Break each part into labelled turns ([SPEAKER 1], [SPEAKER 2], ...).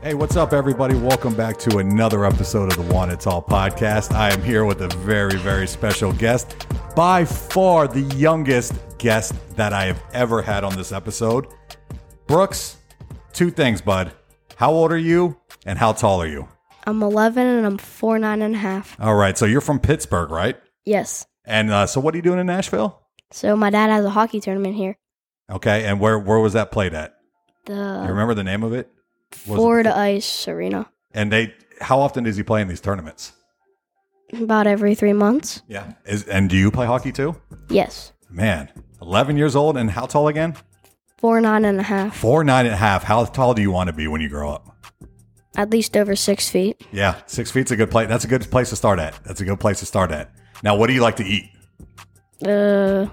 [SPEAKER 1] Hey, what's up, everybody? Welcome back to another episode of the One It's All podcast. I am here with a very, very special guest, by far the youngest guest that I have ever had on this episode. Brooks, two things, bud. How old are you, and how tall are you?
[SPEAKER 2] I'm 11 and I'm four nine and a half.
[SPEAKER 1] All right, so you're from Pittsburgh, right?
[SPEAKER 2] Yes.
[SPEAKER 1] And uh, so, what are you doing in Nashville?
[SPEAKER 2] So my dad has a hockey tournament here.
[SPEAKER 1] Okay, and where where was that played at? You
[SPEAKER 2] The
[SPEAKER 1] remember the name of it? Was it-
[SPEAKER 2] Uh, Florida Ice Arena.
[SPEAKER 1] And they, how often does he play in these tournaments?
[SPEAKER 2] About every three months.
[SPEAKER 1] Yeah. Is and do you play hockey too?
[SPEAKER 2] Yes.
[SPEAKER 1] Man, eleven years old and how tall again?
[SPEAKER 2] Four nine and a half.
[SPEAKER 1] Four nine and a half. How tall do you want to be when you grow up?
[SPEAKER 2] At least over six feet.
[SPEAKER 1] Yeah, six feet's a good place. That's a good place to start at. That's a good place to start at. Now, what do you like to eat?
[SPEAKER 2] Uh,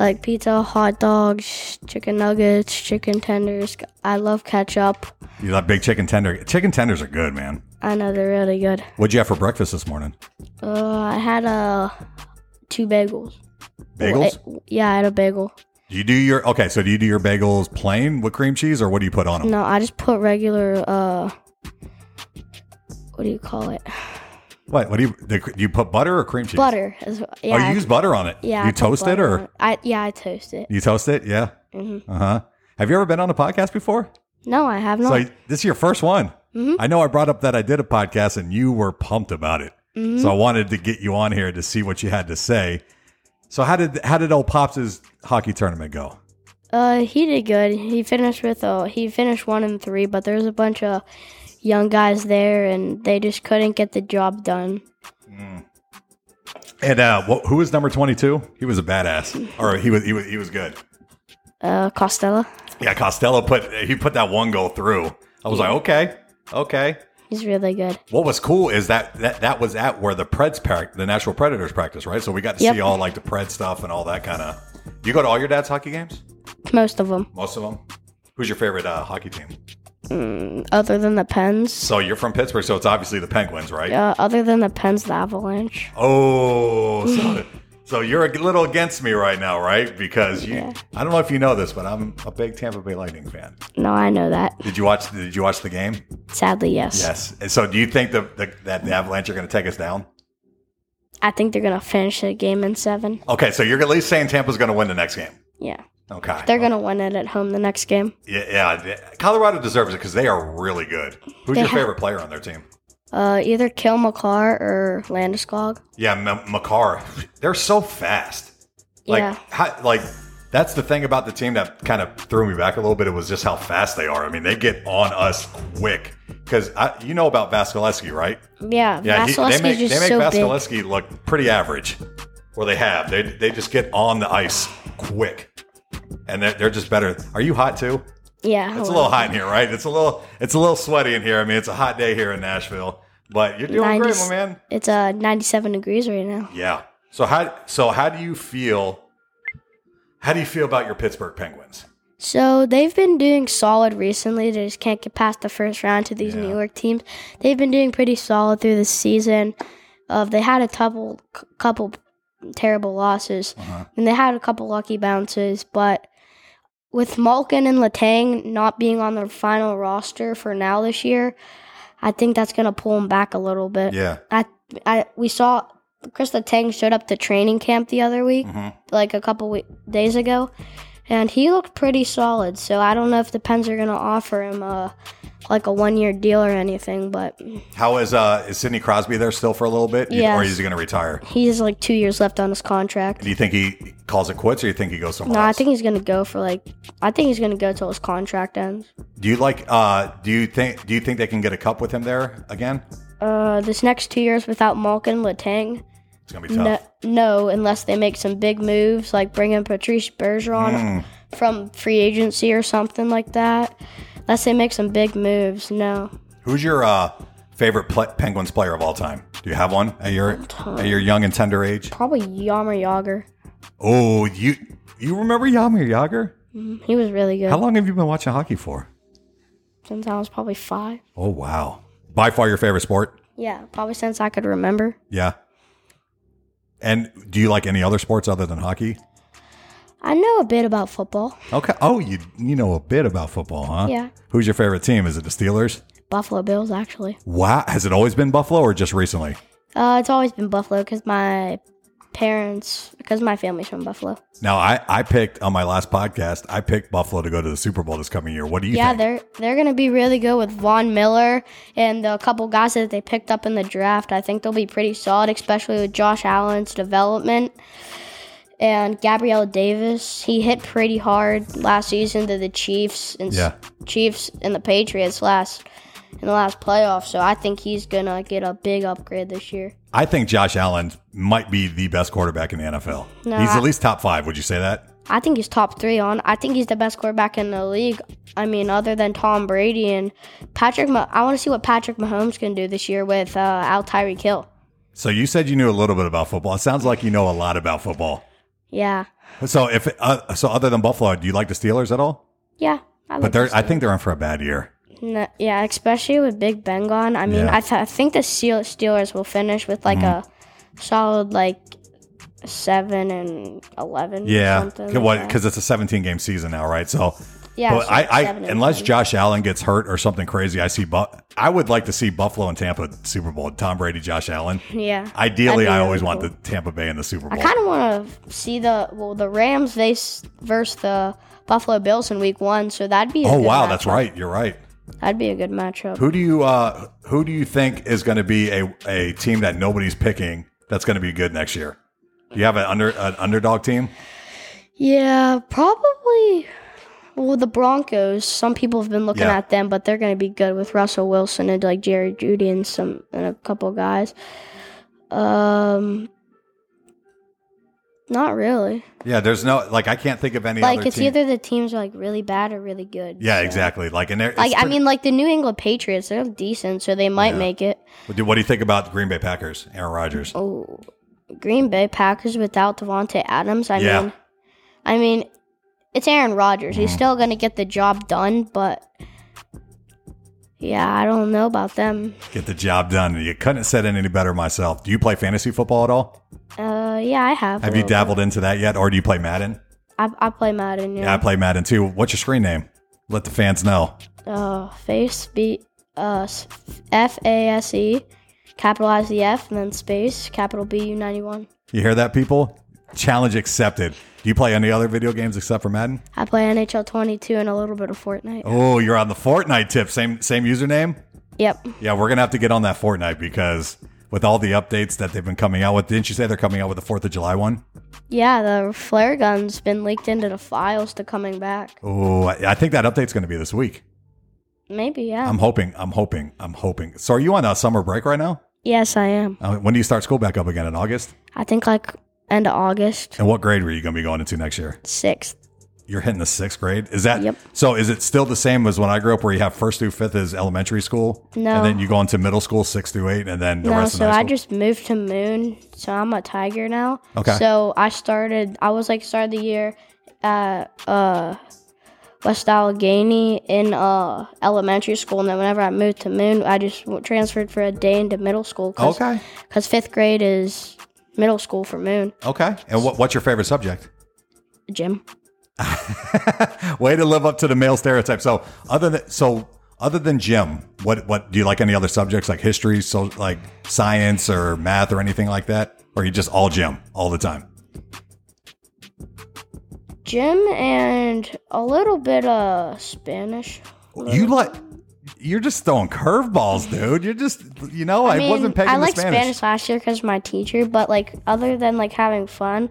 [SPEAKER 2] like pizza, hot dogs, chicken nuggets, chicken tenders. I love ketchup.
[SPEAKER 1] You like big chicken tender? Chicken tenders are good, man.
[SPEAKER 2] I know they're really good.
[SPEAKER 1] What'd you have for breakfast this morning?
[SPEAKER 2] Uh, I had uh, two bagels.
[SPEAKER 1] Bagels.
[SPEAKER 2] Wait, yeah, I had a bagel.
[SPEAKER 1] Do you do your okay? So do you do your bagels plain with cream cheese, or what do you put on them?
[SPEAKER 2] No, I just put regular uh, what do you call it?
[SPEAKER 1] What? What do you? The, you put butter or cream cheese?
[SPEAKER 2] butter. As well. Yeah,
[SPEAKER 1] oh, you use butter on it.
[SPEAKER 2] yeah. I
[SPEAKER 1] You
[SPEAKER 2] put
[SPEAKER 1] toast it,
[SPEAKER 2] butter
[SPEAKER 1] or
[SPEAKER 2] on I yeah, I toast it.
[SPEAKER 1] you toast it? Yeah.
[SPEAKER 2] Mhm.
[SPEAKER 1] Uh huh. Have you ever been on a podcast before?
[SPEAKER 2] No, I have not.
[SPEAKER 1] So this is your first one. I know I brought up that I did a podcast and you were pumped about it. So I wanted to get you on here to see what you had to say. So how did how did old Pops' hockey tournament go?
[SPEAKER 2] uh, he did good. He finished with uh, he finished one and three, but there was a bunch of young guys there, and they just couldn't get the job done.
[SPEAKER 1] And uh, wh- who was number twenty two? He was a badass, or he was he was he was good.
[SPEAKER 2] Uh, Costello,
[SPEAKER 1] Yeah, Costello put he put that one goal through. I was like, okay, okay.
[SPEAKER 2] he's really good.
[SPEAKER 1] What was cool is that that, that was at where the Preds pack the National Predators practice, right? So we got to
[SPEAKER 2] Yep.
[SPEAKER 1] see all like the Pred stuff and all that kind of. You go to all your dad's hockey games?
[SPEAKER 2] Most of them,
[SPEAKER 1] Most of them. Who's your favorite uh, hockey team?
[SPEAKER 2] other than the Pens.
[SPEAKER 1] So you're from Pittsburgh, so it's obviously the Penguins, right?
[SPEAKER 2] Uh, other than the Pens, the Avalanche.
[SPEAKER 1] Oh, so, so you're a little against me right now, right? Because you, I don't know if you know this, but I'm a big Tampa Bay Lightning fan.
[SPEAKER 2] No, I know that.
[SPEAKER 1] Did you watch? Did you watch the game?
[SPEAKER 2] Sadly, yes.
[SPEAKER 1] Yes. And so do you think the, the, that the Avalanche are going to take us down?
[SPEAKER 2] I think they're gonna finish the game in seven.
[SPEAKER 1] Okay, so you're at least saying Tampa's going to win the next game.
[SPEAKER 2] Yeah,
[SPEAKER 1] Okay.
[SPEAKER 2] they're gonna win it at home the next game.
[SPEAKER 1] yeah, yeah, yeah. Colorado deserves it because they are really good. Who's
[SPEAKER 2] They
[SPEAKER 1] your
[SPEAKER 2] have-
[SPEAKER 1] favorite player on their team?
[SPEAKER 2] Uh, either Kill McCarr or Landeskog.
[SPEAKER 1] Yeah, M- Makar. They're so fast. Like,
[SPEAKER 2] yeah.
[SPEAKER 1] how, like that's the thing about the team that kind of threw me back a little bit. It was just how fast they are. I mean, they get on us quick. Because you know about Vasilevsky, right?
[SPEAKER 2] Yeah,
[SPEAKER 1] he-
[SPEAKER 2] Vasilevsky's
[SPEAKER 1] they make
[SPEAKER 2] just
[SPEAKER 1] they make
[SPEAKER 2] so big.
[SPEAKER 1] Vasilevsky look pretty average. Or they have. They they just get on the ice quick, and they're, they're just better. Are you hot too?
[SPEAKER 2] Oh, Yeah,
[SPEAKER 1] It's a
[SPEAKER 2] hello.
[SPEAKER 1] little hot in here, right? It's a little it's a little sweaty in here. I mean, it's a hot day here in Nashville, but you're doing great,
[SPEAKER 2] 90s
[SPEAKER 1] my man.
[SPEAKER 2] It's uh 97 degrees right now.
[SPEAKER 1] Yeah. So how so how do you feel? How do you feel about your Pittsburgh Penguins?
[SPEAKER 2] So they've been doing solid recently. They just can't get past the first round to these New York teams. They've been doing pretty solid through the season. Uh, they had a couple c- couple terrible losses,
[SPEAKER 1] Uh-huh.
[SPEAKER 2] and they had a couple lucky bounces, but. With Malkin and Latang not being on the final roster for now this year, I think that's going to pull them back a little bit.
[SPEAKER 1] Yeah.
[SPEAKER 2] I, I we saw Chris Letang showed up to training camp the other week, like a couple we- days ago, and he looked pretty solid. So I don't know if the Pens are gonna offer him a like a one year deal or anything, but
[SPEAKER 1] How is uh is Sidney Crosby there still for a little bit? You- Or
[SPEAKER 2] Yes.
[SPEAKER 1] is he going to retire?
[SPEAKER 2] he has like two years left on his contract.
[SPEAKER 1] Do you think he calls it quits, or you think he goes somewhere
[SPEAKER 2] No, I
[SPEAKER 1] else?
[SPEAKER 2] think he's gonna go for like I think he's gonna go till his contract ends.
[SPEAKER 1] do you like? uh Do you think? Do you think they can get a cup with him there again?
[SPEAKER 2] Uh, this next two years without Malkin Latang,
[SPEAKER 1] It's going to be tough.
[SPEAKER 2] no, no, unless they make some big moves like bringing Patrice Bergeron from free agency or something like that. Unless they make some big moves, no.
[SPEAKER 1] Who's your uh favorite pl- Penguins player of all time? Do you have one at your at your young and tender age?
[SPEAKER 2] Probably Yammer Yager.
[SPEAKER 1] Oh, you you remember Yamir Yager?
[SPEAKER 2] He was really good
[SPEAKER 1] How long have you been watching hockey for?
[SPEAKER 2] since I was probably five.
[SPEAKER 1] Oh wow! By far your favorite sport?
[SPEAKER 2] Yeah, probably since I could remember.
[SPEAKER 1] Yeah. And do you like any other sports other than hockey?
[SPEAKER 2] I know a bit about football.
[SPEAKER 1] Okay. Oh, you you know a bit about football, huh?
[SPEAKER 2] Yeah.
[SPEAKER 1] Who's your favorite team? Is it the Steelers?
[SPEAKER 2] Buffalo Bills, actually.
[SPEAKER 1] Wow. Has it always been Buffalo or just recently?
[SPEAKER 2] Uh, it's always been Buffalo because my parents, because my family's from Buffalo.
[SPEAKER 1] Now, I, I picked on my last podcast, I picked Buffalo to go to the Super Bowl this coming year. What do you
[SPEAKER 2] yeah,
[SPEAKER 1] think?
[SPEAKER 2] they're they're gonna be really good with Von Miller and the couple guys that they picked up in the draft. I think they'll be pretty solid, especially with Josh Allen's development and Gabrielle Davis. He hit pretty hard last season to the Chiefs and s-
[SPEAKER 1] Yeah.
[SPEAKER 2] Chiefs and the Patriots last in the last playoff. So I think he's gonna get a big upgrade this year.
[SPEAKER 1] I think Josh Allen might be the best quarterback in the NFL.
[SPEAKER 2] No,
[SPEAKER 1] He's
[SPEAKER 2] I-
[SPEAKER 1] at least top five. Would you say that?
[SPEAKER 2] I think he's top three on. I think he's the best quarterback in the league. I mean, other than Tom Brady and Patrick. Mah- I want to see what Patrick Mahomes can do this year with uh, Al Tyreek Hill.
[SPEAKER 1] So you said you knew a little bit about football. It sounds like you know a lot about football.
[SPEAKER 2] Yeah,
[SPEAKER 1] So if uh, so, other than Buffalo, do you like the Steelers at all?
[SPEAKER 2] yeah. I like
[SPEAKER 1] But they're
[SPEAKER 2] this
[SPEAKER 1] I
[SPEAKER 2] team.
[SPEAKER 1] think they're in for a bad year.
[SPEAKER 2] No, yeah, especially with Big Ben gone. I
[SPEAKER 1] Yeah.
[SPEAKER 2] mean,
[SPEAKER 1] Mm-hmm.
[SPEAKER 2] I, th- I think the Steel- Steelers will finish with like a solid like seven and eleven. or
[SPEAKER 1] Yeah,
[SPEAKER 2] something
[SPEAKER 1] because
[SPEAKER 2] like that.
[SPEAKER 1] it's a 17 game season now, right? So,
[SPEAKER 2] Yeah,
[SPEAKER 1] but
[SPEAKER 2] so
[SPEAKER 1] I,
[SPEAKER 2] it's
[SPEAKER 1] I
[SPEAKER 2] seven and
[SPEAKER 1] unless
[SPEAKER 2] one.
[SPEAKER 1] Josh Allen gets hurt or something crazy, I see. Bu- I would like to see Buffalo and Tampa Super Bowl. Tom Brady, Josh Allen.
[SPEAKER 2] yeah.
[SPEAKER 1] Ideally,
[SPEAKER 2] That'd be
[SPEAKER 1] I
[SPEAKER 2] really
[SPEAKER 1] always want
[SPEAKER 2] cool.
[SPEAKER 1] the Tampa Bay in the Super
[SPEAKER 2] I
[SPEAKER 1] Bowl.
[SPEAKER 2] kind of want to see the well the Rams they s- versus the Buffalo Bills in Week One, so that'd be a
[SPEAKER 1] oh
[SPEAKER 2] good
[SPEAKER 1] wow, that's
[SPEAKER 2] matchup.
[SPEAKER 1] right. You're right.
[SPEAKER 2] That'd be a good matchup.
[SPEAKER 1] Who do you uh, who do you think is going to be a, a team that nobody's picking that's going to be good next year? Do you have an under an underdog team?
[SPEAKER 2] Yeah, probably. Well, the Broncos. Some people have been looking
[SPEAKER 1] Yeah.
[SPEAKER 2] at them, but they're going to be good with Russell Wilson and like Jerry Judy and some and a couple guys. Um, not really.
[SPEAKER 1] Yeah, there's no like I can't think of any
[SPEAKER 2] Like
[SPEAKER 1] other
[SPEAKER 2] it's
[SPEAKER 1] team.
[SPEAKER 2] either the teams are like really bad or really good.
[SPEAKER 1] yeah,
[SPEAKER 2] so.
[SPEAKER 1] exactly. Like and there,
[SPEAKER 2] Like
[SPEAKER 1] it's
[SPEAKER 2] I
[SPEAKER 1] pretty-
[SPEAKER 2] mean, like the New England Patriots, they're decent, so they might
[SPEAKER 1] Yeah.
[SPEAKER 2] make it.
[SPEAKER 1] What do- what do you think about the Green Bay Packers? Aaron Rodgers.
[SPEAKER 2] Oh, Green Bay Packers without Devonte Adams. I
[SPEAKER 1] Yeah. Mm-hmm.
[SPEAKER 2] mean, I mean, it's Aaron Rodgers. He's still going to get the job done, but yeah, I don't know about them.
[SPEAKER 1] Get the job done. You couldn't have said it any better myself. Do you play fantasy football at all?
[SPEAKER 2] Uh, yeah, I have. a
[SPEAKER 1] Have you
[SPEAKER 2] little bit.
[SPEAKER 1] dabbled into that yet, or do you play Madden?
[SPEAKER 2] I, I play Madden.
[SPEAKER 1] Yeah, I
[SPEAKER 2] Yeah.
[SPEAKER 1] play Madden too. What's your screen name? Let the fans know.
[SPEAKER 2] Uh, face beat uh F A S E, capitalize the F and then space capital B U ninety one.
[SPEAKER 1] You hear that, people? Challenge accepted. Do you play any other video games except for Madden?
[SPEAKER 2] I play NHL twenty two and a little bit of Fortnite.
[SPEAKER 1] Oh, you're on the Fortnite tip. Same same username.
[SPEAKER 2] Yep.
[SPEAKER 1] Yeah, we're gonna have to get on that Fortnite because with all the updates that they've been coming out with, didn't you say they're coming out with the Fourth of July one?
[SPEAKER 2] Yeah, the flare gun's been leaked into the files to coming back.
[SPEAKER 1] Oh, I I think that update's gonna be this week.
[SPEAKER 2] Maybe, yeah.
[SPEAKER 1] I'm hoping. I'm hoping. I'm hoping. So, are you on a summer break right now?
[SPEAKER 2] yes, I am.
[SPEAKER 1] Uh, when do you start school back up again in August?
[SPEAKER 2] I think like end of August,
[SPEAKER 1] And what grade were you going to be going into next year?
[SPEAKER 2] 6th.
[SPEAKER 1] You're hitting the sixth grade. Is that
[SPEAKER 2] Yep.
[SPEAKER 1] so? Is it still the same as when I grew up, where you have first through fifth is elementary school,
[SPEAKER 2] No.
[SPEAKER 1] and then you go into middle school six through eight, and then the
[SPEAKER 2] No,
[SPEAKER 1] rest
[SPEAKER 2] so
[SPEAKER 1] of high
[SPEAKER 2] I
[SPEAKER 1] school?
[SPEAKER 2] just moved to Moon, so I'm a Tiger now.
[SPEAKER 1] Okay.
[SPEAKER 2] So I started, I was like, started the year at uh, West Allegheny in uh, elementary school. And then whenever I moved to Moon, I just w- transferred for a day into middle school.
[SPEAKER 1] okay,
[SPEAKER 2] Because fifth grade is middle school for Moon.
[SPEAKER 1] okay. And what, what's your favorite subject?
[SPEAKER 2] Gym.
[SPEAKER 1] Way to live up to the male stereotype. So other than so other than gym, what what do you like any other subjects like history, so like science or math or anything like that? Or are you just all gym all the time?
[SPEAKER 2] Gym and a little bit of Spanish.
[SPEAKER 1] You like you're just throwing curveballs, dude. You're just you know, I, wasn't pegging
[SPEAKER 2] I
[SPEAKER 1] the
[SPEAKER 2] liked
[SPEAKER 1] Spanish.
[SPEAKER 2] last year because my teacher, but like other than like having fun,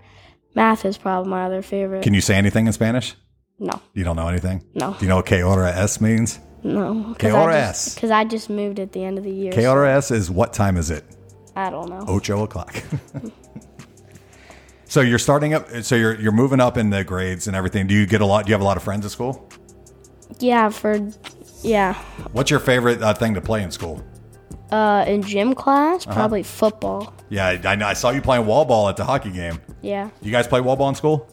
[SPEAKER 2] math is probably my other favorite.
[SPEAKER 1] Can you say anything in Spanish?
[SPEAKER 2] no,
[SPEAKER 1] You don't know anything?
[SPEAKER 2] No.
[SPEAKER 1] Do you know what que hora es means?
[SPEAKER 2] no,
[SPEAKER 1] Que hora es?
[SPEAKER 2] because I just moved at the end of the year.
[SPEAKER 1] Que hora es is what time is it?
[SPEAKER 2] so I don't know.
[SPEAKER 1] Ocho o'clock. so you're starting up so you're you're moving up in the grades and everything. Do you get a lot do you have a lot of friends at school?
[SPEAKER 2] Yeah, for yeah,
[SPEAKER 1] What's your favorite uh, thing to play in school?
[SPEAKER 2] uh, in gym class
[SPEAKER 1] Uh-huh.
[SPEAKER 2] probably football.
[SPEAKER 1] Yeah, I, I know. I saw you playing wall ball at the hockey game.
[SPEAKER 2] Yeah,
[SPEAKER 1] You guys play wall ball in school?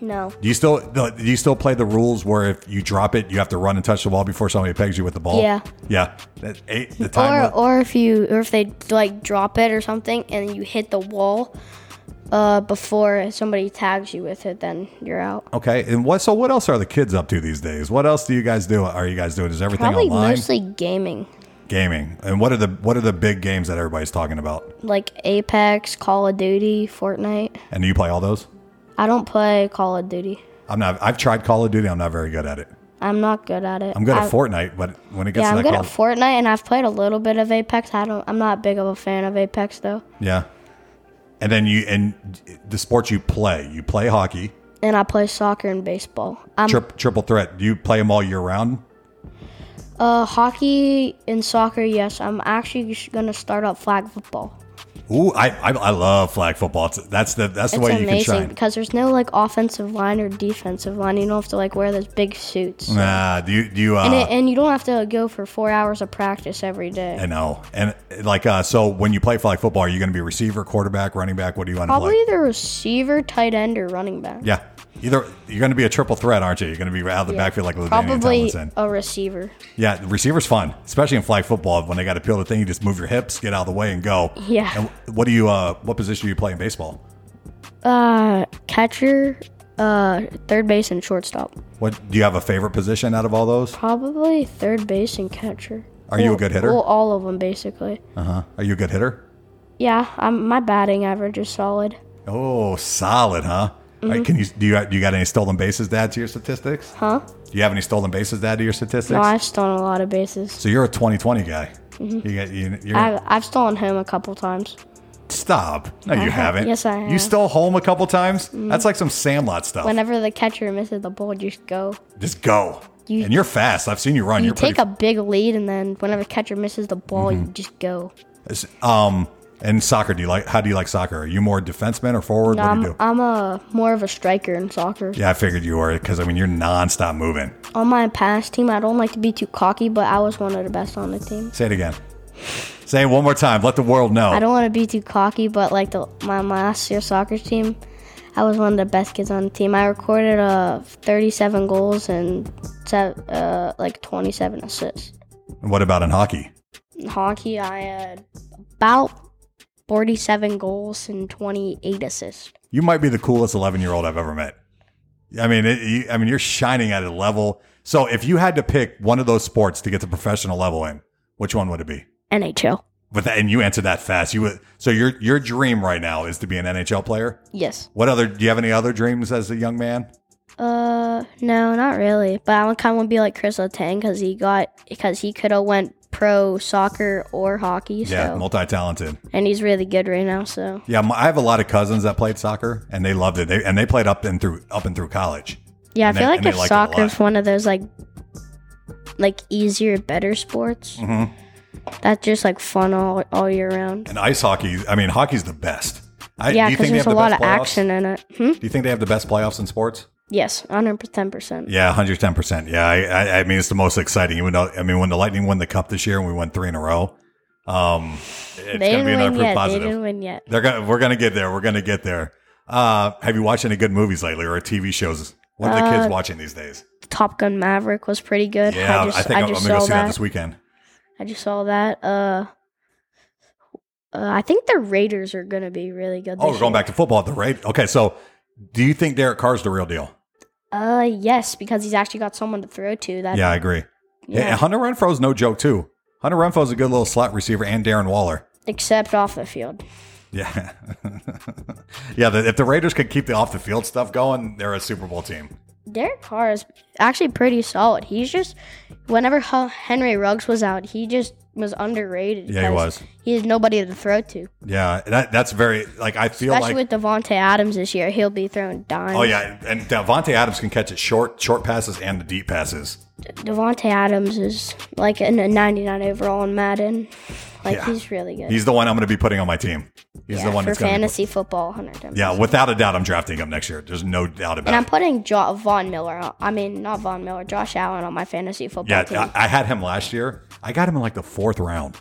[SPEAKER 2] no,
[SPEAKER 1] Do you still do you still play the rules where if you drop it, you have to run and touch the wall before somebody pegs you with the ball?
[SPEAKER 2] Yeah.
[SPEAKER 1] yeah. That eight, the time.
[SPEAKER 2] or or if you or if they like drop it or something and you hit the wall, uh, before somebody tags you with it, then you're out.
[SPEAKER 1] Okay, and what? So what else are the kids up to these days? What else do you guys do? Are you guys doing? Is everything
[SPEAKER 2] Probably
[SPEAKER 1] online?
[SPEAKER 2] mostly gaming,
[SPEAKER 1] Gaming. And what are the what are the big games that everybody's talking about?
[SPEAKER 2] like Apex, Call of Duty, Fortnite.
[SPEAKER 1] And do you play all those?
[SPEAKER 2] I don't play Call of Duty.
[SPEAKER 1] I'm not. I've tried Call of Duty. I'm not very good at it.
[SPEAKER 2] I'm not good at it.
[SPEAKER 1] I'm good
[SPEAKER 2] I-
[SPEAKER 1] at Fortnite, but when it gets
[SPEAKER 2] Yeah,
[SPEAKER 1] to
[SPEAKER 2] I'm
[SPEAKER 1] that
[SPEAKER 2] good
[SPEAKER 1] Call,
[SPEAKER 2] at Fortnite, and I've played a little bit of Apex. I don't. I'm not big of a fan of Apex though,
[SPEAKER 1] yeah. And then you and the sports you play. You play hockey.
[SPEAKER 2] and I play soccer and baseball. I'm
[SPEAKER 1] Trip, triple threat. Do you play them all year round?
[SPEAKER 2] uh hockey and soccer. Yes, I'm actually sh- gonna start up flag football.
[SPEAKER 1] Ooh, I I, I love flag football. It's- That's the that's the
[SPEAKER 2] It's
[SPEAKER 1] way you can
[SPEAKER 2] amazing
[SPEAKER 1] shine.
[SPEAKER 2] because there's no like offensive line or defensive line. You don't have to like wear those big suits,
[SPEAKER 1] Nah, do you do you? Uh,
[SPEAKER 2] and, it, and you don't have to go for four hours of practice every day.
[SPEAKER 1] I know. And like, uh, so when you play flag football, are you going to be receiver, quarterback, running back? What do you want to
[SPEAKER 2] Probably
[SPEAKER 1] play?
[SPEAKER 2] either receiver, tight end, or running back.
[SPEAKER 1] Yeah, either you're going to be a triple threat, aren't you? You're going to be out of the backfield like Ladanian
[SPEAKER 2] Probably
[SPEAKER 1] Tomlinson.
[SPEAKER 2] a receiver.
[SPEAKER 1] Yeah, the receiver's fun, especially in flag football. When they got to peel the thing, you just move your hips, get out of the way, and go.
[SPEAKER 2] Yeah.
[SPEAKER 1] And what do you? Uh, what position do you play in baseball?
[SPEAKER 2] Uh, catcher, uh, third base, and shortstop.
[SPEAKER 1] What do you have a favorite position out of all those?
[SPEAKER 2] Probably third base and catcher.
[SPEAKER 1] Are you a good hitter?
[SPEAKER 2] Well, all of them basically.
[SPEAKER 1] Uh huh. Are you a good hitter?
[SPEAKER 2] Yeah, I'm, my batting average is solid.
[SPEAKER 1] Oh, solid, huh? All right, can you do you do you got any stolen bases, Dad, to your statistics?
[SPEAKER 2] Mm-hmm. Huh?
[SPEAKER 1] Do you have any stolen bases, Dad, to your statistics?
[SPEAKER 2] No, I've stolen a lot of bases.
[SPEAKER 1] so you're a 2020 guy.
[SPEAKER 2] Mm-hmm.
[SPEAKER 1] You got you. You're,
[SPEAKER 2] I've, I've stolen home a couple times.
[SPEAKER 1] stop. No, you haven't.
[SPEAKER 2] yes, I
[SPEAKER 1] You
[SPEAKER 2] have. Mm-hmm.
[SPEAKER 1] stole home a couple times. That's like some Sandlot stuff.
[SPEAKER 2] Whenever the catcher misses the ball, you just go.
[SPEAKER 1] Just go.
[SPEAKER 2] You-
[SPEAKER 1] and you're fast. I've seen you run.
[SPEAKER 2] You
[SPEAKER 1] are pretty Mm-hmm.
[SPEAKER 2] take a big lead, and then whenever the catcher misses the ball, you just go.
[SPEAKER 1] Is- Um, and soccer, do you like? How do you like soccer? Are you more defenseman or forward?
[SPEAKER 2] No,
[SPEAKER 1] what do
[SPEAKER 2] I'm,
[SPEAKER 1] you do?
[SPEAKER 2] I'm a more of a striker in soccer.
[SPEAKER 1] yeah, I figured you were because I mean you're nonstop moving.
[SPEAKER 2] On my past team, I don't like to be too cocky, but I was one of the best on the team.
[SPEAKER 1] Say it again. Say it one more time. Let the world know.
[SPEAKER 2] I don't want to be too cocky, but like the, my my last year soccer team, I was one of the best kids on the team. I recorded uh 37 goals and sev uh like 27 assists.
[SPEAKER 1] what about in hockey?
[SPEAKER 2] In hockey, I had about 47 goals and 28 assists.
[SPEAKER 1] You might be the coolest 11 year old I've ever met. I mean, it, you, I mean, you're shining at a level. So if you had to pick one of those sports to get to professional level in, which one would it be?
[SPEAKER 2] NHL.
[SPEAKER 1] But that, and you answered that fast. You would, so your your dream right now is to be an NHL player.
[SPEAKER 2] Yes.
[SPEAKER 1] What other? Do you have any other dreams as a young man?
[SPEAKER 2] Uh, no, not really. But I kind of want to be like Chris Letang because he got because he could have went pro soccer or hockey. So
[SPEAKER 1] Yeah, multi talented.
[SPEAKER 2] and he's really good right now. So
[SPEAKER 1] Yeah, my, I have a lot of cousins that played soccer and they loved it. They, and they played up and through up and through college.
[SPEAKER 2] yeah,
[SPEAKER 1] And they-
[SPEAKER 2] I feel
[SPEAKER 1] and
[SPEAKER 2] like
[SPEAKER 1] they
[SPEAKER 2] if
[SPEAKER 1] like it a lot.
[SPEAKER 2] soccer's one of those like like easier, better sports,
[SPEAKER 1] Mhm.
[SPEAKER 2] that's just like fun all all year round.
[SPEAKER 1] And ice hockey, I mean, hockey's the best. I,
[SPEAKER 2] Yeah,
[SPEAKER 1] do you
[SPEAKER 2] because
[SPEAKER 1] think they have
[SPEAKER 2] there's
[SPEAKER 1] the
[SPEAKER 2] a lot of
[SPEAKER 1] best playoffs?
[SPEAKER 2] action in it. Hmm?
[SPEAKER 1] Do you think they have the best playoffs in sports?
[SPEAKER 2] Yes, hundred ten percent.
[SPEAKER 1] Yeah, hundred ten percent. Yeah, I, I, I mean, it's the most exciting. Even though, I mean, when the Lightning won the cup this year and we won three in a row, um, it's
[SPEAKER 2] They
[SPEAKER 1] gonna be
[SPEAKER 2] didn't
[SPEAKER 1] another
[SPEAKER 2] win
[SPEAKER 1] proof
[SPEAKER 2] yet. They
[SPEAKER 1] positive.
[SPEAKER 2] didn't win yet.
[SPEAKER 1] They're gonna, we're gonna get there. We're gonna get there. Uh, have you watched any good movies lately or TV shows? What are the kids watching these days?
[SPEAKER 2] Top Gun Maverick was pretty Uh, good.
[SPEAKER 1] Yeah, I,
[SPEAKER 2] I just I,
[SPEAKER 1] think I am
[SPEAKER 2] just
[SPEAKER 1] I'm gonna go
[SPEAKER 2] saw
[SPEAKER 1] see that.
[SPEAKER 2] that.
[SPEAKER 1] this weekend.
[SPEAKER 2] I just saw that. Uh, uh, I think the Raiders are gonna be really good.
[SPEAKER 1] Oh,
[SPEAKER 2] this
[SPEAKER 1] we're going
[SPEAKER 2] year.
[SPEAKER 1] back to football at the rate. Okay, so do you think Derek Carr's the real deal?
[SPEAKER 2] Uh, yes, because he's actually got someone to throw to. That
[SPEAKER 1] Yeah, I agree. Yeah,
[SPEAKER 2] yeah.
[SPEAKER 1] and Hunter Renfro's no joke too. Hunter Renfro's a good little slot receiver, and Darren Waller.
[SPEAKER 2] Except off the field.
[SPEAKER 1] Yeah. yeah. The, if the Raiders could keep the off the field stuff going, they're a Super Bowl team.
[SPEAKER 2] Derek Carr is actually pretty solid. He's just whenever H- Henry Ruggs was out, he just was underrated.
[SPEAKER 1] Yeah, he
[SPEAKER 2] because
[SPEAKER 1] was.
[SPEAKER 2] He had nobody to throw to,
[SPEAKER 1] Yeah. That, that's very, like, I feel
[SPEAKER 2] especially
[SPEAKER 1] like.
[SPEAKER 2] with Devonte Adams this year. He'll be throwing dimes.
[SPEAKER 1] oh, yeah. And Devontae Adams can catch it short, short passes and the deep passes.
[SPEAKER 2] Devonte Adams is like in a 99 overall in Madden. Like
[SPEAKER 1] Yeah.
[SPEAKER 2] he's really good.
[SPEAKER 1] He's the one I'm going to be putting on my team. He's
[SPEAKER 2] yeah,
[SPEAKER 1] the one
[SPEAKER 2] for
[SPEAKER 1] that's going to.
[SPEAKER 2] fantasy football. 100.
[SPEAKER 1] Yeah. Without a doubt, I'm drafting him next year. There's no doubt
[SPEAKER 2] And I'm
[SPEAKER 1] about it.
[SPEAKER 2] putting jo- Von Miller. On, I mean, not Von Miller, Josh Allen on my fantasy football team.
[SPEAKER 1] Yeah. I, I had him last year. I got him in like the fourth round.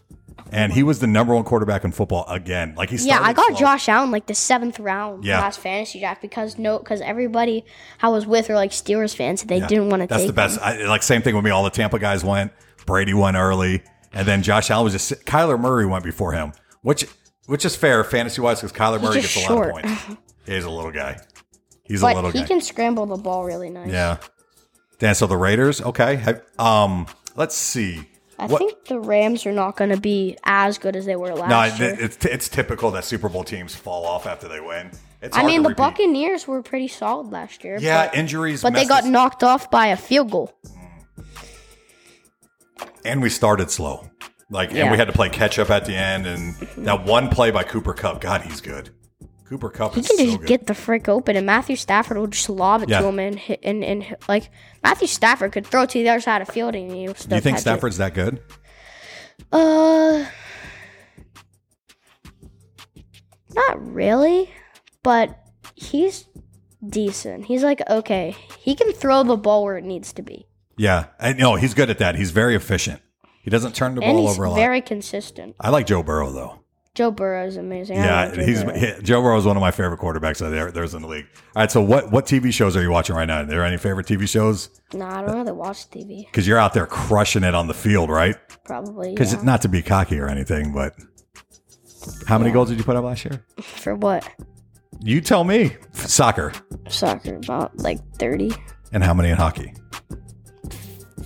[SPEAKER 1] And he was the number one quarterback in football again. Like he's
[SPEAKER 2] yeah, I got Josh Allen like the seventh round
[SPEAKER 1] Yeah.
[SPEAKER 2] last fantasy draft because no, because everybody I was with were like Steelers fans and they didn't want to
[SPEAKER 1] That's
[SPEAKER 2] take.
[SPEAKER 1] the best. I, like same thing with me. All the Tampa guys went. Brady went early, and then Josh Allen was just Kyler Murray went before him, which which is fair fantasy wise because Kyler Murray
[SPEAKER 2] just
[SPEAKER 1] gets a lot
[SPEAKER 2] short.
[SPEAKER 1] of points. He's a little guy. He's a
[SPEAKER 2] But
[SPEAKER 1] little
[SPEAKER 2] he
[SPEAKER 1] guy.
[SPEAKER 2] can scramble the ball really nice.
[SPEAKER 1] yeah. Dan, so the Raiders, okay. Have- um, let's see.
[SPEAKER 2] I
[SPEAKER 1] What-
[SPEAKER 2] think the Rams are not going to be as good as they were last
[SPEAKER 1] No,
[SPEAKER 2] year.
[SPEAKER 1] it, it's it's typical that Super Bowl teams fall off after they win. It's
[SPEAKER 2] I
[SPEAKER 1] hard
[SPEAKER 2] mean,
[SPEAKER 1] to
[SPEAKER 2] the
[SPEAKER 1] repeat.
[SPEAKER 2] Buccaneers were pretty solid last year.
[SPEAKER 1] Yeah,
[SPEAKER 2] but,
[SPEAKER 1] injuries.
[SPEAKER 2] but they
[SPEAKER 1] messed
[SPEAKER 2] got
[SPEAKER 1] us-
[SPEAKER 2] knocked off by a field goal.
[SPEAKER 1] and we started slow. Like, and
[SPEAKER 2] Yeah.
[SPEAKER 1] we had to play catch up at the end. And that one play by Cooper Cup, God, he's good. Cooper Cup
[SPEAKER 2] He
[SPEAKER 1] is
[SPEAKER 2] can
[SPEAKER 1] so
[SPEAKER 2] just
[SPEAKER 1] good.
[SPEAKER 2] get the frick open, and Matthew Stafford will just lob it
[SPEAKER 1] Yeah.
[SPEAKER 2] to him, and hit, and and hit- like Matthew Stafford could throw it to the other side of the field, and he would still
[SPEAKER 1] Do you think
[SPEAKER 2] catch it.
[SPEAKER 1] Stafford's that good?
[SPEAKER 2] Uh, not really, but he's decent. He's like okay, he can throw the ball where it needs to be,
[SPEAKER 1] Yeah, I, no, he's good at that. He's very efficient. He doesn't turn the
[SPEAKER 2] and
[SPEAKER 1] ball
[SPEAKER 2] he's
[SPEAKER 1] over a lot.
[SPEAKER 2] very consistent.
[SPEAKER 1] I like Joe Burrow though.
[SPEAKER 2] Joe Burrow is amazing. I
[SPEAKER 1] Yeah,
[SPEAKER 2] love Joe
[SPEAKER 1] he's
[SPEAKER 2] Burrow.
[SPEAKER 1] yeah, Joe Burrow is one of my favorite quarterbacks out there. There's in the league. All right, so what what TV shows are you watching right now? Are there any favorite TV shows?
[SPEAKER 2] Nah, I don't really watch TV.
[SPEAKER 1] Because you're out there crushing it on the field, right?
[SPEAKER 2] Probably.
[SPEAKER 1] Because
[SPEAKER 2] yeah.
[SPEAKER 1] not to be cocky or anything, but how many goals did you put up last year?
[SPEAKER 2] For what?
[SPEAKER 1] You tell me. Soccer.
[SPEAKER 2] Soccer, about like 30,
[SPEAKER 1] And how many in hockey?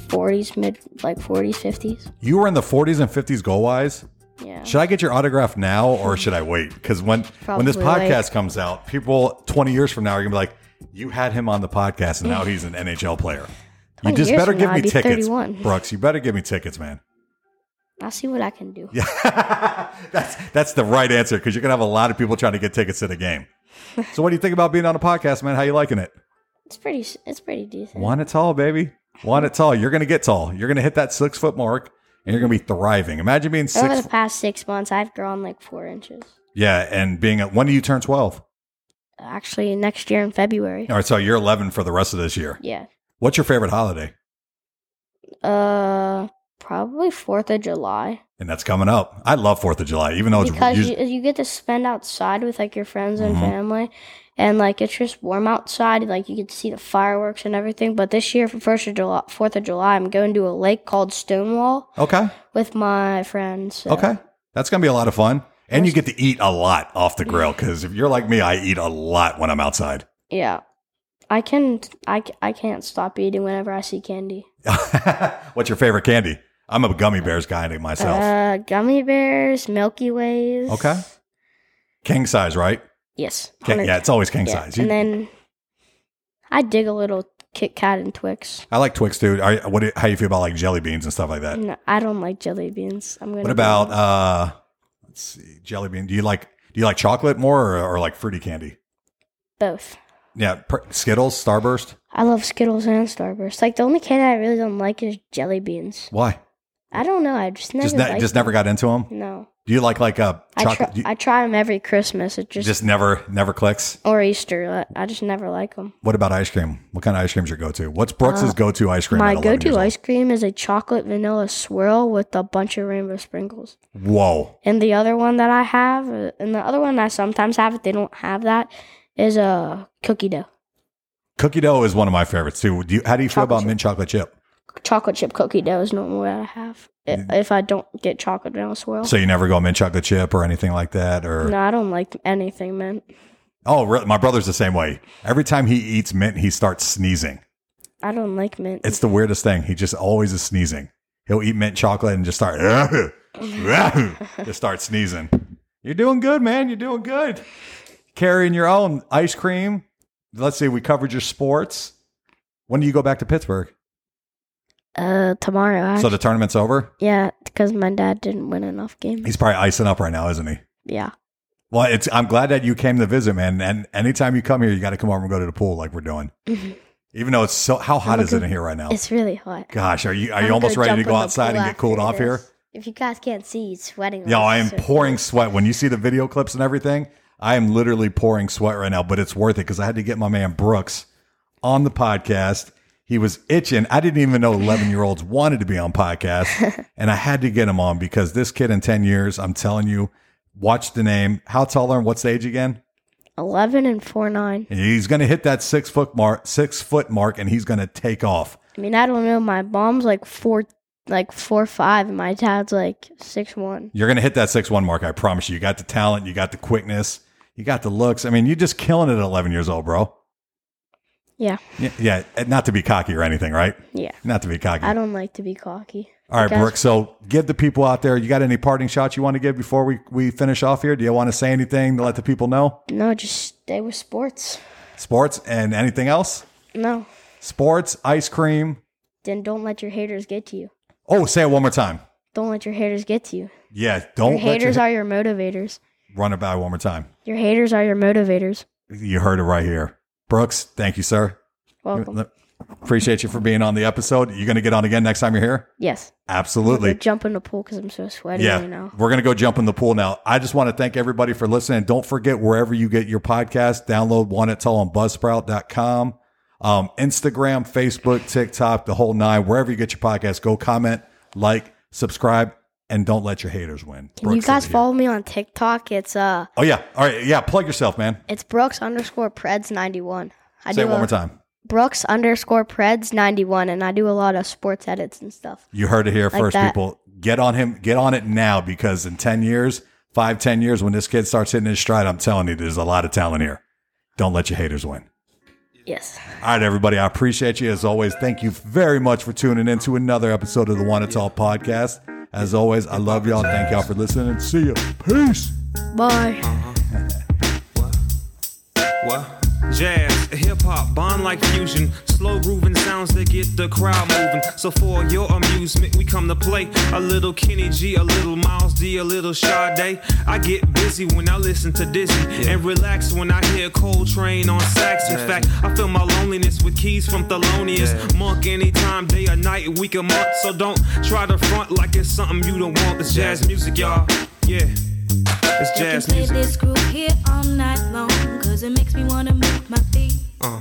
[SPEAKER 2] 40s, mid, like 40s, 50s.
[SPEAKER 1] You were in the 40s and 50s goal wise.
[SPEAKER 2] Yeah.
[SPEAKER 1] Should I get your autograph now or should I wait? Because when when this
[SPEAKER 2] Probably
[SPEAKER 1] podcast
[SPEAKER 2] wait.
[SPEAKER 1] comes out, people 20 years from now are gonna be like, "You had him on the podcast, and now he's an NHL player." You
[SPEAKER 2] 20
[SPEAKER 1] just
[SPEAKER 2] years
[SPEAKER 1] better
[SPEAKER 2] from
[SPEAKER 1] give
[SPEAKER 2] now,
[SPEAKER 1] me
[SPEAKER 2] I'd be
[SPEAKER 1] tickets,
[SPEAKER 2] 31.
[SPEAKER 1] Brooks. You better give me tickets, man.
[SPEAKER 2] I'll see what I can do.
[SPEAKER 1] Yeah, that's that's the right answer because you're gonna have a lot of people trying to get tickets to the game. so, what do you think about being on a podcast, man? How you liking it?
[SPEAKER 2] It's pretty s- It's pretty decent.
[SPEAKER 1] Want it tall, baby. Want it tall. You're gonna get tall. You're gonna hit that six foot mark, and you're gonna be thriving. Imagine being
[SPEAKER 2] Over
[SPEAKER 1] six.
[SPEAKER 2] the past six months, I've grown like four inches.
[SPEAKER 1] yeah, and being a, when do you turn 12?
[SPEAKER 2] Actually, next year in February.
[SPEAKER 1] All right, so you're 11 for the rest of this year.
[SPEAKER 2] Yeah.
[SPEAKER 1] What's your favorite holiday?
[SPEAKER 2] Uh, probably 4th of July.
[SPEAKER 1] And that's coming up. I love Fourth of July, even though it's
[SPEAKER 2] because
[SPEAKER 1] usu-
[SPEAKER 2] you, you get to spend outside with like your friends and
[SPEAKER 1] Mhm.
[SPEAKER 2] family and like it's just warm outside and, like you get to see the fireworks and everything but this year for first of july fourth of july i'm going to a lake called stonewall
[SPEAKER 1] okay,
[SPEAKER 2] with my friends so-
[SPEAKER 1] okay, that's gonna be a lot of fun, and you get to eat a lot off the grill. Because if you're like me, I eat a lot when I'm outside.
[SPEAKER 2] yeah i can I, c- I can't stop eating whenever i see candy
[SPEAKER 1] What's your favorite candy? I'm a gummy bears guy myself.
[SPEAKER 2] uh gummy bears milky ways
[SPEAKER 1] Okay. king size, right?
[SPEAKER 2] yes
[SPEAKER 1] King, yeah, it's always king
[SPEAKER 2] Yeah,
[SPEAKER 1] size. You-
[SPEAKER 2] and then i dig a little kit kat and twix
[SPEAKER 1] I like Twix, dude. Are, what? do- How you feel about like jelly beans and stuff like that?
[SPEAKER 2] no, i don't like jelly beans i'm gonna
[SPEAKER 1] What
[SPEAKER 2] be
[SPEAKER 1] about
[SPEAKER 2] honest.
[SPEAKER 1] uh let's see, jelly bean? Do you like do you like chocolate more or, or like fruity candy?
[SPEAKER 2] both
[SPEAKER 1] Yeah, per- Skittles, Starburst.
[SPEAKER 2] I love Skittles and Starburst. Like the only candy I really don't like is jelly beans.
[SPEAKER 1] Why?
[SPEAKER 2] I don't know. I just never
[SPEAKER 1] Just ne-
[SPEAKER 2] liked
[SPEAKER 1] just never got into them.
[SPEAKER 2] them. No,
[SPEAKER 1] Do you like like uh
[SPEAKER 2] I try.
[SPEAKER 1] chocolate? you-
[SPEAKER 2] I try them every Christmas. It
[SPEAKER 1] just,
[SPEAKER 2] just,
[SPEAKER 1] never never clicks.
[SPEAKER 2] or Easter. I I just never like them.
[SPEAKER 1] What about ice cream? What kind of ice cream's your go-to? What's Brooks's
[SPEAKER 2] Uh,
[SPEAKER 1] go-to ice cream? at
[SPEAKER 2] My
[SPEAKER 1] 11 years
[SPEAKER 2] go-to
[SPEAKER 1] old?
[SPEAKER 2] ice cream is a chocolate vanilla swirl with a bunch of rainbow sprinkles.
[SPEAKER 1] Whoa,
[SPEAKER 2] And the other one that I have, uh, and the other one I sometimes have, if they don't have that, is a cookie dough,
[SPEAKER 1] cookie dough is one of my favorites too. Do you, how do you feel
[SPEAKER 2] Chocolate
[SPEAKER 1] about
[SPEAKER 2] chip.
[SPEAKER 1] mint chocolate chip?
[SPEAKER 2] chocolate chip cookie dough is normally what I have. i- If I don't get chocolate vanilla swirl,
[SPEAKER 1] So you never go mint chocolate chip or anything like that, or
[SPEAKER 2] no, I don't like anything, man.
[SPEAKER 1] oh, really? my brother's the same way. Every time he eats mint, he starts sneezing.
[SPEAKER 2] I don't like mint.
[SPEAKER 1] It's the weirdest thing. He just always is sneezing. He'll eat mint chocolate and just start just start sneezing. You're doing good, man. You're doing good. Carrying your own ice cream. Let's see, we covered your sports. When do you go back to Pittsburgh?
[SPEAKER 2] Uh, tomorrow.
[SPEAKER 1] So
[SPEAKER 2] actually.
[SPEAKER 1] the tournament's over?
[SPEAKER 2] yeah, because my dad didn't win enough games.
[SPEAKER 1] He's probably icing up right now, isn't he?
[SPEAKER 2] Yeah,
[SPEAKER 1] Well, it's I'm glad that you came to visit, man. And anytime you come here, you gotta come over and go to the pool like we're doing. Even though it's so how hot
[SPEAKER 2] I'm Mm-hmm. a
[SPEAKER 1] is it
[SPEAKER 2] good-
[SPEAKER 1] in here right now?
[SPEAKER 2] it's really hot.
[SPEAKER 1] Gosh, are you are
[SPEAKER 2] I'm
[SPEAKER 1] you almost
[SPEAKER 2] gonna
[SPEAKER 1] ready to go
[SPEAKER 2] jump in the
[SPEAKER 1] outside
[SPEAKER 2] pool
[SPEAKER 1] and get
[SPEAKER 2] after
[SPEAKER 1] cooled off here?
[SPEAKER 2] this. If you guys can't see, he's sweating.
[SPEAKER 1] Yo,
[SPEAKER 2] like
[SPEAKER 1] I am
[SPEAKER 2] so-
[SPEAKER 1] pouring sweat. When you see the video clips and everything, I am literally pouring sweat right now, but it's worth it because I had to get my man Brooks on the podcast. He was itching. I didn't even know 11 year olds wanted to be on podcasts, and I had to get him on because this kid in 10 years, I'm telling you, watch the name. How tall are and what's the age again?
[SPEAKER 2] Eleven and four nine.
[SPEAKER 1] He's going to hit that six foot mark, six foot mark, and he's going to take off.
[SPEAKER 2] I mean, I don't know. My mom's like four like four five, and my dad's like six one.
[SPEAKER 1] You're going to hit that 6 1 mark. I promise you. You got the talent. You got the quickness. You got the looks. I mean, you're just killing it at 11 years old, bro.
[SPEAKER 2] Yeah,
[SPEAKER 1] Yeah. yeah and not to be cocky or anything, right?
[SPEAKER 2] yeah.
[SPEAKER 1] Not to be cocky.
[SPEAKER 2] I don't like to be cocky.
[SPEAKER 1] All right,
[SPEAKER 2] Like, I-
[SPEAKER 1] Brooke. So give the people out there, you got any parting shots you want to give before we, we finish off here? Do you want to say anything to let the people know?
[SPEAKER 2] No, just stay with sports.
[SPEAKER 1] Sports and anything else?
[SPEAKER 2] No,
[SPEAKER 1] Sports, ice cream.
[SPEAKER 2] then don't let your haters get to you.
[SPEAKER 1] Oh, say it one more time.
[SPEAKER 2] Don't let your haters get to you.
[SPEAKER 1] Yeah, don't
[SPEAKER 2] Your haters
[SPEAKER 1] let your,
[SPEAKER 2] are your motivators.
[SPEAKER 1] run it by one more time.
[SPEAKER 2] Your haters are your motivators.
[SPEAKER 1] You heard it right here. Brooks, thank you, sir.
[SPEAKER 2] Welcome.
[SPEAKER 1] Appreciate you for being on the episode. You going to get on again next time you're here?
[SPEAKER 2] Yes. I
[SPEAKER 1] Absolutely.
[SPEAKER 2] jump in the pool because I'm so sweaty
[SPEAKER 1] Yeah.
[SPEAKER 2] right now.
[SPEAKER 1] We're going to go jump in the pool now. I just want to thank everybody for listening. Don't forget, wherever you get your podcast, download One It's All on buzzsprout.com, um, Instagram, Facebook, TikTok, the whole nine. Wherever you get your podcast, go comment, like, subscribe, and don't let your haters win.
[SPEAKER 2] Can you
[SPEAKER 1] Brooks
[SPEAKER 2] guys
[SPEAKER 1] over here.
[SPEAKER 2] follow me on TikTok? It's uh,
[SPEAKER 1] Oh, yeah. All right. Yeah. Plug yourself, man.
[SPEAKER 2] it's Brooks underscore Preds ninety one. I
[SPEAKER 1] Say it
[SPEAKER 2] do
[SPEAKER 1] one
[SPEAKER 2] a-
[SPEAKER 1] more time.
[SPEAKER 2] Brooks underscore Preds ninety one, and I do a lot of sports edits and stuff.
[SPEAKER 1] You heard it here first,
[SPEAKER 2] that.
[SPEAKER 1] people. Get on him. Get on it now because in 10 years, five, 10 years, when this kid starts hitting his stride, I'm telling you, there's a lot of talent here. Don't let your haters win.
[SPEAKER 2] Yes.
[SPEAKER 1] All right, everybody. I appreciate you as always. Thank you very much for tuning in to another episode of the One It's All podcast. As always, I love y'all. Thank y'all for listening. See you. Peace.
[SPEAKER 2] Bye.
[SPEAKER 3] What? Jazz, hip hop, bond like fusion. Slow grooving sounds that get the crowd moving. So for your amusement, we come to play a little Kenny G, a little Miles D, a little Sade. I get busy when I listen to Dizzy and relax when I hear Coltrane on sax. In fact, I feel my loneliness with keys from Thelonious. Monk anytime, day or night, week or month. So don't try to front like it's something you don't want. It's jazz music, y'all. Yeah, it's
[SPEAKER 4] You can
[SPEAKER 3] jazz
[SPEAKER 4] play
[SPEAKER 3] music.
[SPEAKER 4] this groove here all night long, cause it makes me wanna move my feet.
[SPEAKER 3] Uh.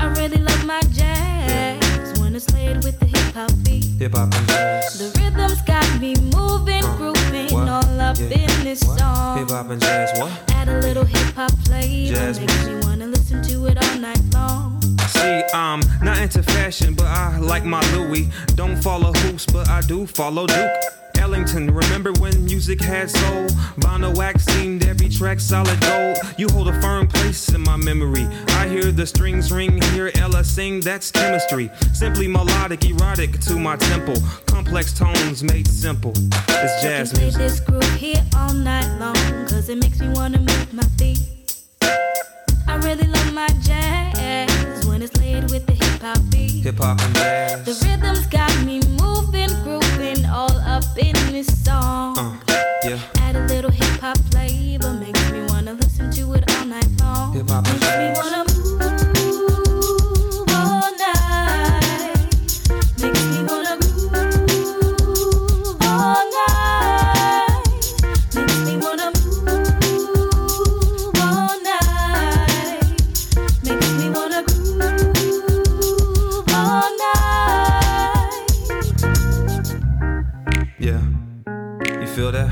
[SPEAKER 4] I really love my jazz when it's laid with the hip hop beat.
[SPEAKER 3] Hip hop and jazz.
[SPEAKER 4] The rhythm's got me moving, grooving,
[SPEAKER 3] Uh, What?
[SPEAKER 4] all up
[SPEAKER 3] Yeah.
[SPEAKER 4] in this
[SPEAKER 3] Hip
[SPEAKER 4] song.
[SPEAKER 3] hop and jazz, what?
[SPEAKER 4] Add a little hip hop play,
[SPEAKER 3] Jazz
[SPEAKER 4] it makes me wanna listen to it all night long.
[SPEAKER 3] See, I'm not into fashion, but I like my Louis. Don't follow hoops, but I do follow Duke. Ellington, remember when music had soul? Bono Wax seemed every track solid gold. You hold a firm place in my memory. I hear the strings ring, hear Ella sing, that's chemistry. Simply melodic, erotic to my temple. Complex tones made simple. It's
[SPEAKER 4] I can
[SPEAKER 3] jazz
[SPEAKER 4] play
[SPEAKER 3] music.
[SPEAKER 4] this groove here all night long, cause it makes me wanna move my feet. I really love my jazz when it's laid with the hip hop beat.
[SPEAKER 3] Hip hop and
[SPEAKER 4] The
[SPEAKER 3] jazz.
[SPEAKER 4] rhythm's got me moving, grooving, all up in this song.
[SPEAKER 3] Uh, yeah.
[SPEAKER 4] Add a little hip hop flavor, makes me wanna listen to it all night long.
[SPEAKER 3] Hip hop and
[SPEAKER 4] makes me
[SPEAKER 3] jazz.
[SPEAKER 4] wanna move all night. Makes me wanna groove all night. Makes me wanna move all night. Makes me wanna groove all night.
[SPEAKER 3] Yeah. You feel that?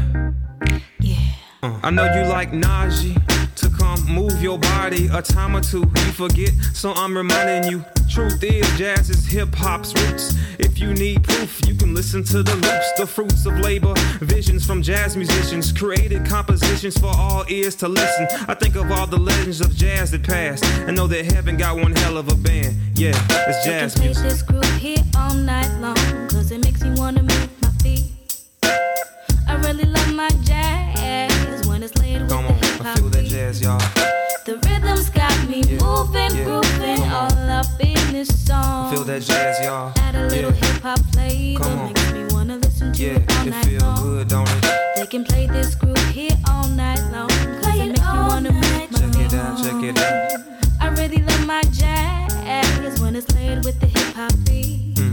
[SPEAKER 4] Yeah.
[SPEAKER 3] I know you like Najee to come move your body a time or two. You forget, so I'm reminding you. Truth is, jazz is hip hop's roots. If you need proof, you can listen to the loops, the fruits of labor, visions from jazz musicians, created compositions for all ears to listen. I think of all the legends of jazz that passed, and know that heaven got one hell of a band. Yeah, it's
[SPEAKER 4] I can
[SPEAKER 3] jazz
[SPEAKER 4] play
[SPEAKER 3] music.
[SPEAKER 4] this groove here all night long, cause it makes me wanna move my feet. I really love my jazz when it's laid with
[SPEAKER 3] Come
[SPEAKER 4] the
[SPEAKER 3] on,
[SPEAKER 4] hip
[SPEAKER 3] I
[SPEAKER 4] hop
[SPEAKER 3] feel that
[SPEAKER 4] beat.
[SPEAKER 3] jazz, y'all.
[SPEAKER 4] The rhythm's got me moving,
[SPEAKER 3] yeah,
[SPEAKER 4] grooving,
[SPEAKER 3] come on.
[SPEAKER 4] all up in this song.
[SPEAKER 3] Feel that jazz, y'all.
[SPEAKER 4] Add a little
[SPEAKER 3] Yeah,
[SPEAKER 4] hip hop
[SPEAKER 3] Come
[SPEAKER 4] flavor,
[SPEAKER 3] on.
[SPEAKER 4] makes me wanna listen to
[SPEAKER 3] yeah,
[SPEAKER 4] it all
[SPEAKER 3] it
[SPEAKER 4] night
[SPEAKER 3] feel
[SPEAKER 4] long.
[SPEAKER 3] good, don't it?
[SPEAKER 4] They can play this groove here all night long, cause it makes me wanna move my
[SPEAKER 3] Check it out, check it out.
[SPEAKER 4] I really love my jazz when it's laid with the hip hop beat. The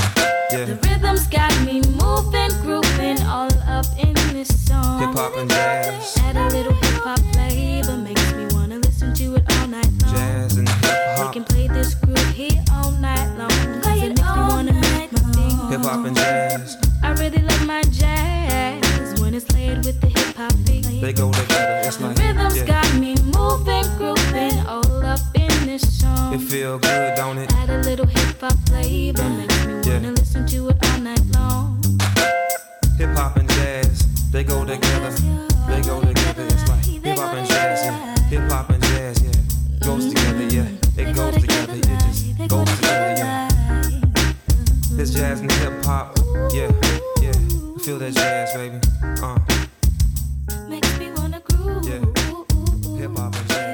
[SPEAKER 3] Yeah,
[SPEAKER 4] rhythm's got me moving, grooving, all up in this song.
[SPEAKER 3] hip hop and jazz.
[SPEAKER 4] Add a little hip hop flavor, makes me wanna listen to it all night long.
[SPEAKER 3] jazz and hip
[SPEAKER 4] We
[SPEAKER 3] hop,
[SPEAKER 4] can play this groove here all night long. 'cause it makes me wanna move my feet.
[SPEAKER 3] hip hop and jazz.
[SPEAKER 4] I really love my jazz when it's laid with the hip hop beat.
[SPEAKER 3] They go together. It's
[SPEAKER 4] The
[SPEAKER 3] like
[SPEAKER 4] rhythm's
[SPEAKER 3] yeah,
[SPEAKER 4] got me moving, grooving, all up in this song.
[SPEAKER 3] it feel good, don't it?
[SPEAKER 4] Add a little hip hop flavor, makes me
[SPEAKER 3] Yeah.
[SPEAKER 4] wanna listen to it all night long.
[SPEAKER 3] It's jazz and hip hop. Yeah, yeah. Feel that jazz, baby. Uh,
[SPEAKER 4] Makes me wanna groove.
[SPEAKER 3] hip hop and jazz.